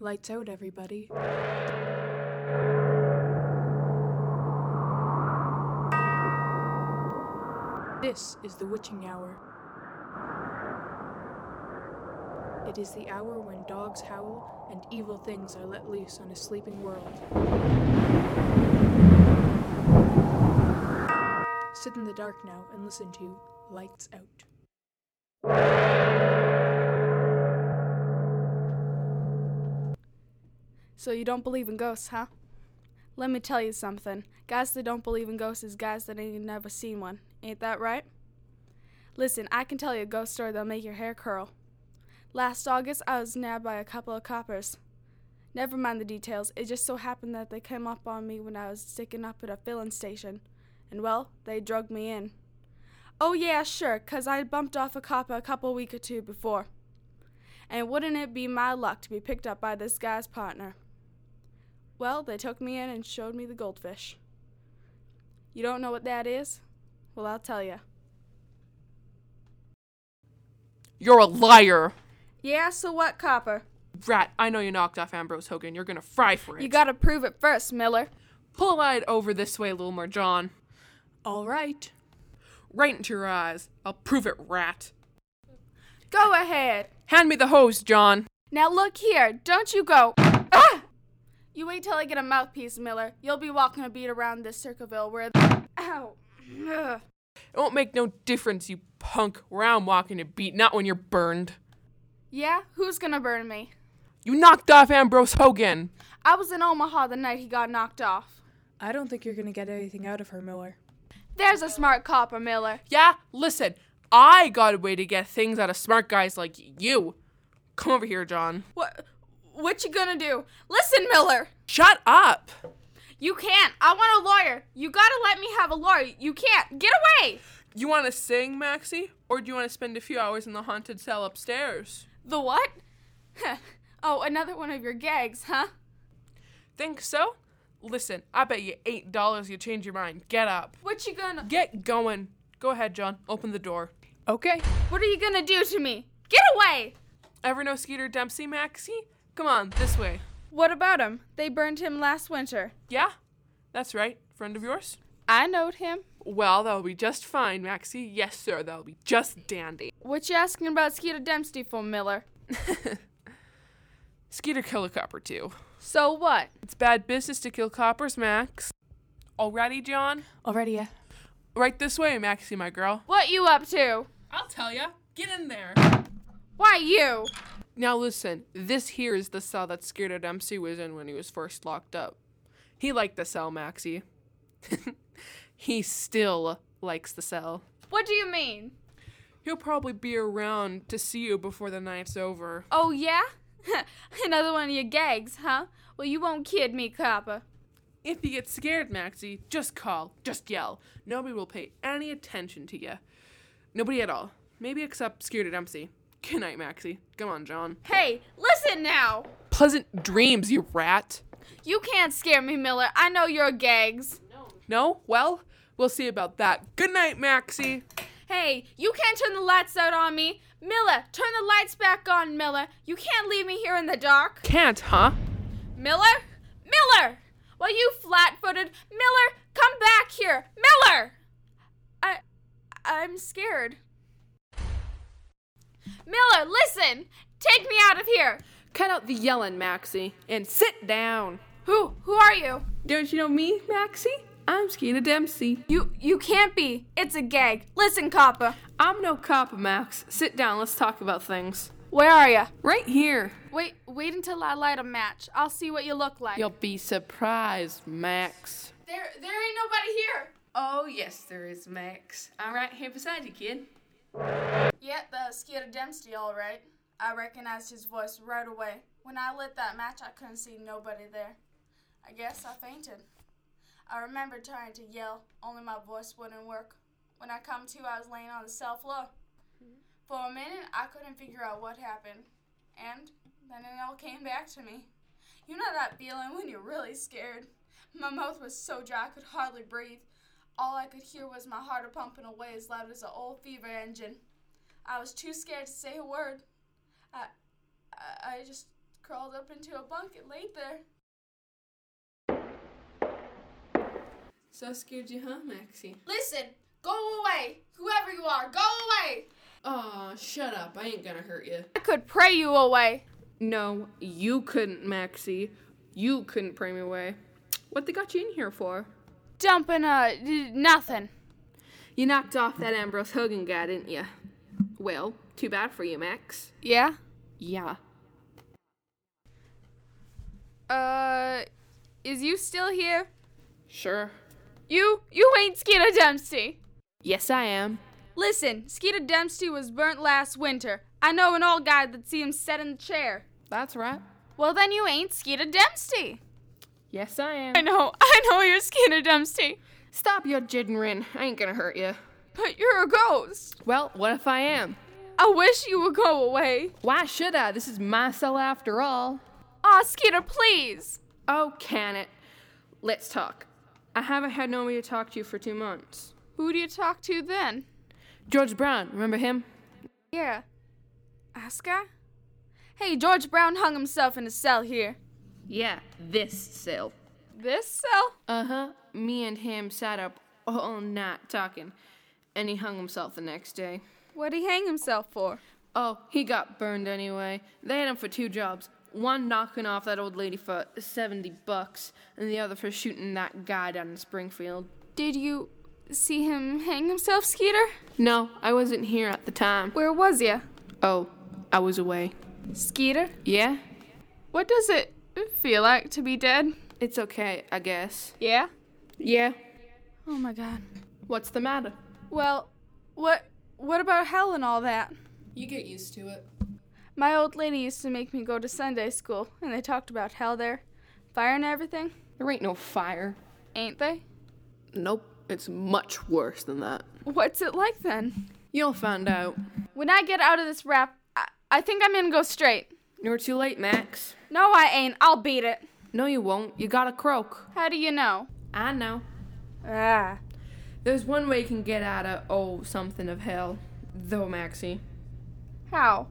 Lights out, everybody. This is the witching hour. It is the hour when dogs howl and evil things are let loose on a sleeping world. Sit in the dark now and listen to Lights Out. So you don't believe in ghosts, huh? Let me tell you something. Guys that don't believe in ghosts is guys that ain't never seen one. Ain't that right? Listen, I can tell you a ghost story that'll make your hair curl. Last August, I was nabbed by a couple of coppers. Never mind the details. It just so happened that they came up on me when I was sticking up at a filling station. And well, they drugged me in. Oh yeah, sure, 'cause I had bumped off a copper a couple week or two before. And wouldn't it be my luck to be picked up by this guy's partner? Well, they took me in and showed me the goldfish. You don't know what that is? Well, I'll tell you. You're a liar. Yeah, so what, Copper? Rat, I know you knocked off Ambrose Hogan. You're gonna fry for it. You gotta prove it first, Miller. pull a light over this way, little Marjan. All right. Right into your eyes. I'll prove it, rat. Go ahead. Hand me the hose, John. Now look here, don't you go. Ah! You wait till I get a mouthpiece, Miller. You'll be walking a beat around this Circleville where. Ow. Ugh. It won't make no difference, you punk. Where I'm walking to beat, not when you're burned. Yeah, who's gonna burn me? You knocked off Ambrose Hogan. I was in Omaha the night he got knocked off. I don't think you're going to get anything out of her, Miller. There's a smart copper, Miller. Yeah, listen, I got a way to get things out of smart guys like you. Come over here, John. What? What you gonna do? Listen, Miller. Shut up. You can't. I want a lawyer. You gotta let me have a lawyer. You can't. Get away. You want to sing, Maxie, or do you want to spend a few hours in the haunted cell upstairs? The what? oh, another one of your gags, huh? Think so? Listen, I bet you eight dollars you change your mind. Get up. What you gonna? Get going. Go ahead, John. Open the door. Okay. What are you gonna do to me? Get away. Ever know Skeeter Dempsey, Maxie? Come on, this way. What about him? They burned him last winter. Yeah? That's right. Friend of yours? I knowed him. Well, that'll be just fine, Maxie. Yes, sir, that'll be just dandy. What you asking about Skeeter Dempsey for, Miller? Skeeter kill a copper, too. So what? It's bad business to kill coppers, Max. Alrighty, John? Already, yeah. Right this way, Maxie, my girl. What you up to? I'll tell ya. Get in there. Why you? Now listen, this here is the cell that Skeeter Dempsey was in when he was first locked up. He liked the cell, Maxie. he still likes the cell. What do you mean? He'll probably be around to see you before the night's over. Oh yeah? another one of your gags, huh? Well, you won't kid me, copper. If you get scared, Maxie, just call, just yell. Nobody will pay any attention to you. Nobody at all. Maybe except Skeeter Dempsey. Good night, Maxie. Come on, John. Hey, listen now. Pleasant dreams, you rat. You can't scare me, Miller. I know your gags. No? Well, we'll see about that. Good night, Maxie. Hey, you can't turn the lights out on me. Miller, turn the lights back on, Miller. You can't leave me here in the dark. Can't, huh? Miller? Miller! Well, you flat footed. Miller, come back here. Miller! I. I'm scared. Miller, listen! Take me out of here! Cut out the yelling, Maxie, and sit down. Who? Who are you? Don't you know me, Maxie? I'm Skeeter Dempsey. You you can't be. It's a gag. Listen, Copper. I'm no cop, Max. Sit down, let's talk about things. Where are you? Right here. Wait, wait until I light a match. I'll see what you look like. You'll be surprised, Max. There there ain't nobody here. Oh, yes, there is, Max. I'm right here beside you, kid. Yeah, the Skeeter Dempsey, all right. I recognized his voice right away. When I lit that match, I couldn't see nobody there. I guess I fainted. I remember trying to yell, only my voice wouldn't work. When I come to, I was laying on the cell floor. For a minute, I couldn't figure out what happened. And then it all came back to me. You know that feeling when you're really scared? My mouth was so dry I could hardly breathe. All I could hear was my heart a pumping away as loud as an old fever engine. I was too scared to say a word. I, I, I just crawled up into a bucket, laid there. So scared you, huh, Maxie? Listen, go away. Whoever you are, go away. Aw, shut up. I ain't gonna hurt you. I could pray you away. No, you couldn't, Maxie. You couldn't pray me away. What they got you in here for? Dumping uh d- nothing. You knocked off that Ambrose Hogan guy, didn't you? Well, too bad for you, Max. Yeah. Yeah. Uh, is you still here? Sure. You you ain't Skeeter Dempsey. Yes, I am. Listen, Skeeter Dempsey was burnt last winter. I know an old guy that see him set in the chair. That's right. Well, then you ain't Skeeter Dempsey. Yes, I am. I know, I know you're Skeeter Dempsey, Stop your jittering. I ain't gonna hurt you. but you're a ghost. Well, what if I am? I wish you would go away. Why should I? This is my cell after all. Aw, Skeeter, please. Oh, can it? Let's talk. I haven't had nobody to talk to for two months. Who do you talk to then? George Brown, remember him? Yeah. Aska? Hey, George Brown hung himself in a cell here. Yeah, this cell. This cell? Uh huh. Me and him sat up all night talking, and he hung himself the next day. What'd he hang himself for? Oh, he got burned anyway. They had him for two jobs one knocking off that old lady for 70 bucks, and the other for shooting that guy down in Springfield. Did you see him hang himself, Skeeter? No, I wasn't here at the time. Where was ya? Oh, I was away. Skeeter? Yeah? What does it feel like to be dead? It's okay, I guess. Yeah? Yeah. Oh my god. What's the matter? Well, what what about hell and all that? You get used to it. My old lady used to make me go to Sunday school, and they talked about hell there, fire and everything. There ain't no fire. Ain't they? Nope, it's much worse than that. What's it like then? You'll find out. When I get out of this wrap, I, I think I'm gonna go straight. You're too late, Max. No, I ain't. I'll beat it. No, you won't. You gotta croak. How do you know? I know. Ah. There's one way you can get out of, oh, something of hell. Though, Maxie. How?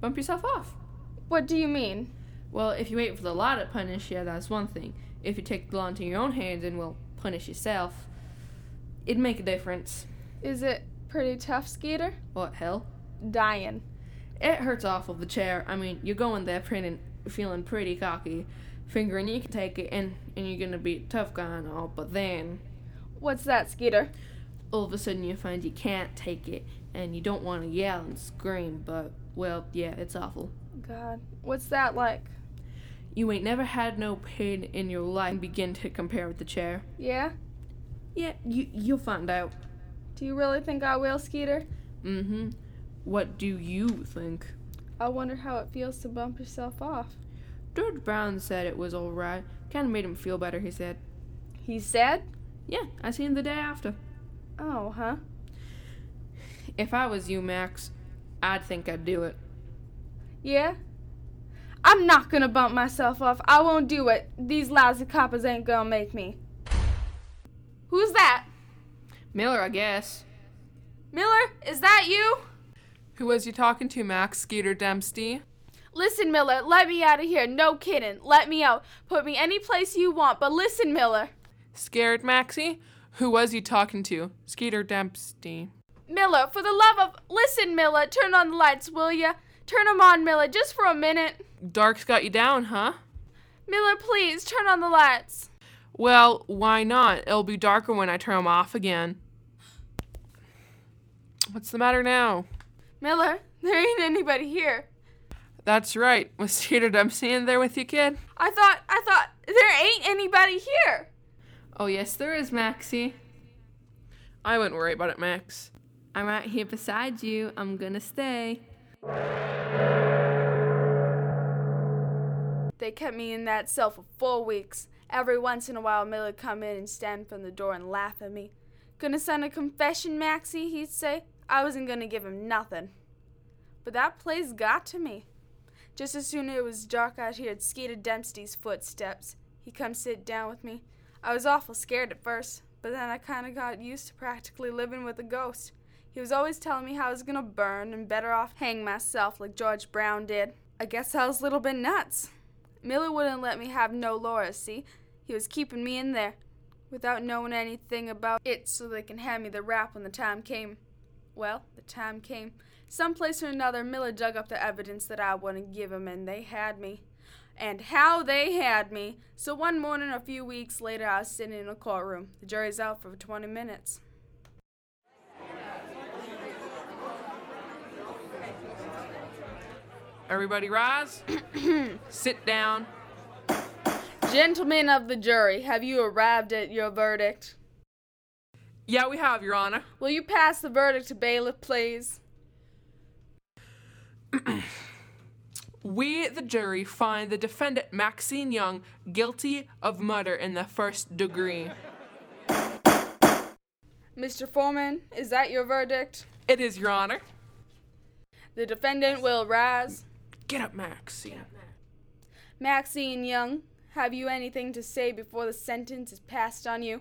Bump yourself off. What do you mean? Well, if you wait for the law to punish you, that's one thing. If you take the law into your own hands and, well, punish yourself, it'd make a difference. Is it pretty tough, Skeeter? What, hell? Dying. It hurts off of the chair. I mean, you're going there pretty, feeling pretty cocky, figuring you can take it, and, and you're gonna be a tough guy and all, but then What's that, Skeeter? all of a sudden you find you can't take it, and you don't want to yell and scream, but, well, yeah, it's awful. God, what's that like? You ain't never had no pain in your life and begin to compare with the chair. Yeah? Yeah, you, you'll find out. Do you really think I will, Skeeter? Mm hmm. What do you think? I wonder how it feels to bump yourself off. George Brown said it was alright. Kinda made him feel better, he said. He said? Yeah, I seen him the day after. Oh, huh? If I was you, Max, I'd think I'd do it. Yeah? I'm not gonna bump myself off. I won't do it. These lousy coppers ain't gonna make me. Who's that? Miller, I guess. Miller, is that you? Who was you talking to, Max? Skeeter Dempsey? Listen, Miller, let me out of here. No kidding. Let me out. Put me any place you want, but listen, Miller. Scared Maxie? Who was you talking to? Skeeter Dempsey. Miller, for the love of. Listen, Miller, turn on the lights, will ya? Turn 'em on, Miller, just for a minute. Dark's got you down, huh? Miller, please, turn on the lights. Well, why not? It'll be darker when I turn 'em off again. What's the matter now? Miller, there ain't anybody here. That's right. Was Skeeter Dempsey in there with you, kid? I thought, I thought, there ain't anybody here. Oh, yes, there is, Maxie. I wouldn't worry about it, Max. I'm right here beside you. I'm gonna stay. They kept me in that cell for four weeks. Every once in a while, Miller'd come in and stand from the door and laugh at me. Gonna send a confession, Maxie, he'd say. I wasn't gonna give him nothing. But that place got to me. Just as soon as it was dark, I heard Skeeter Dempsey's footsteps. He come sit down with me. I was awful scared at first, but then I kinda got used to practically living with a ghost. He was always telling me how I was gonna burn and better off hang myself like George Brown did. I I guess I was a little bit nuts. Miller wouldn't let me have no Laura, see? He was keeping me in there without knowing anything about it so they can hand me the rap when the time came. Well, the time came. Someplace or another, Miller dug up the evidence that I wouldn't give him, and they had me. And how they had me. So one morning, a few weeks later, I was sitting in a courtroom. The jury's out for 20 minutes. Everybody rise. Sit down. Gentlemen of the jury, have you arrived at your verdict? Yeah, we have, Your Honor. Will you pass the verdict to bailiff, please? We, the jury, find the defendant Maxine Young guilty of murder in the first degree. Mr. Foreman, is that your verdict? It is, Your Honor. The defendant will rise. Get up, Maxine. Maxine Young, have you anything to say before the sentence is passed on you?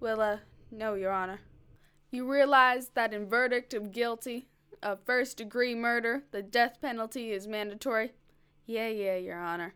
Well, uh, no, Your Honor. You realize that in verdict of guilty of first degree murder, the death penalty is mandatory? Yeah, yeah, Your Honor.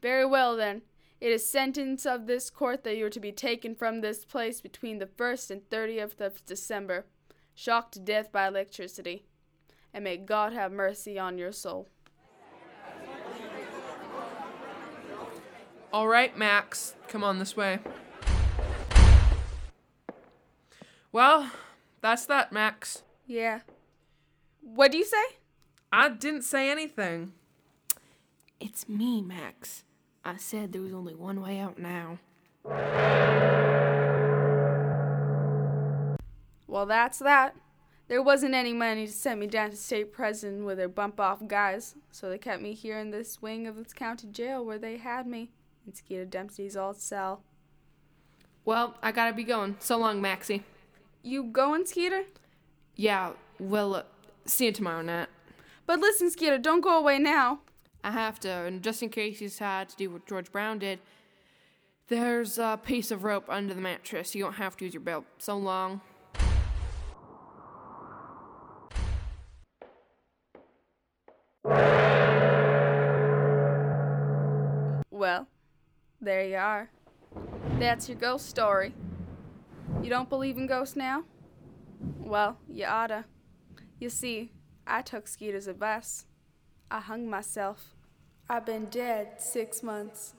Very well, then. It is sentence of this court that you are to be taken from this place between the 1st and 30th of December, shocked to death by electricity. And may God have mercy on your soul. All right, Max, come on this way. Well, that's that, Max. Yeah. What do you say? I didn't say anything. It's me, Max. I said there was only one way out now. Well, that's that. There wasn't any money to send me down to state prison with their bump off guys, so they kept me here in this wing of this county jail where they had me in Skeeter Dempsey's old cell. Well, I gotta be going. So long, Maxie. You going, Skeeter? Yeah, well, uh, see you tomorrow, Nat. But listen, Skeeter, don't go away now. I have to, and just in case you decide to do what George Brown did, there's a piece of rope under the mattress. You don't have to use your belt. So long. Well, there you are. That's your ghost story. You don't believe in ghosts now? Well, you oughta. You see, I took Skeeter's advice. I hung myself. I've been dead six months.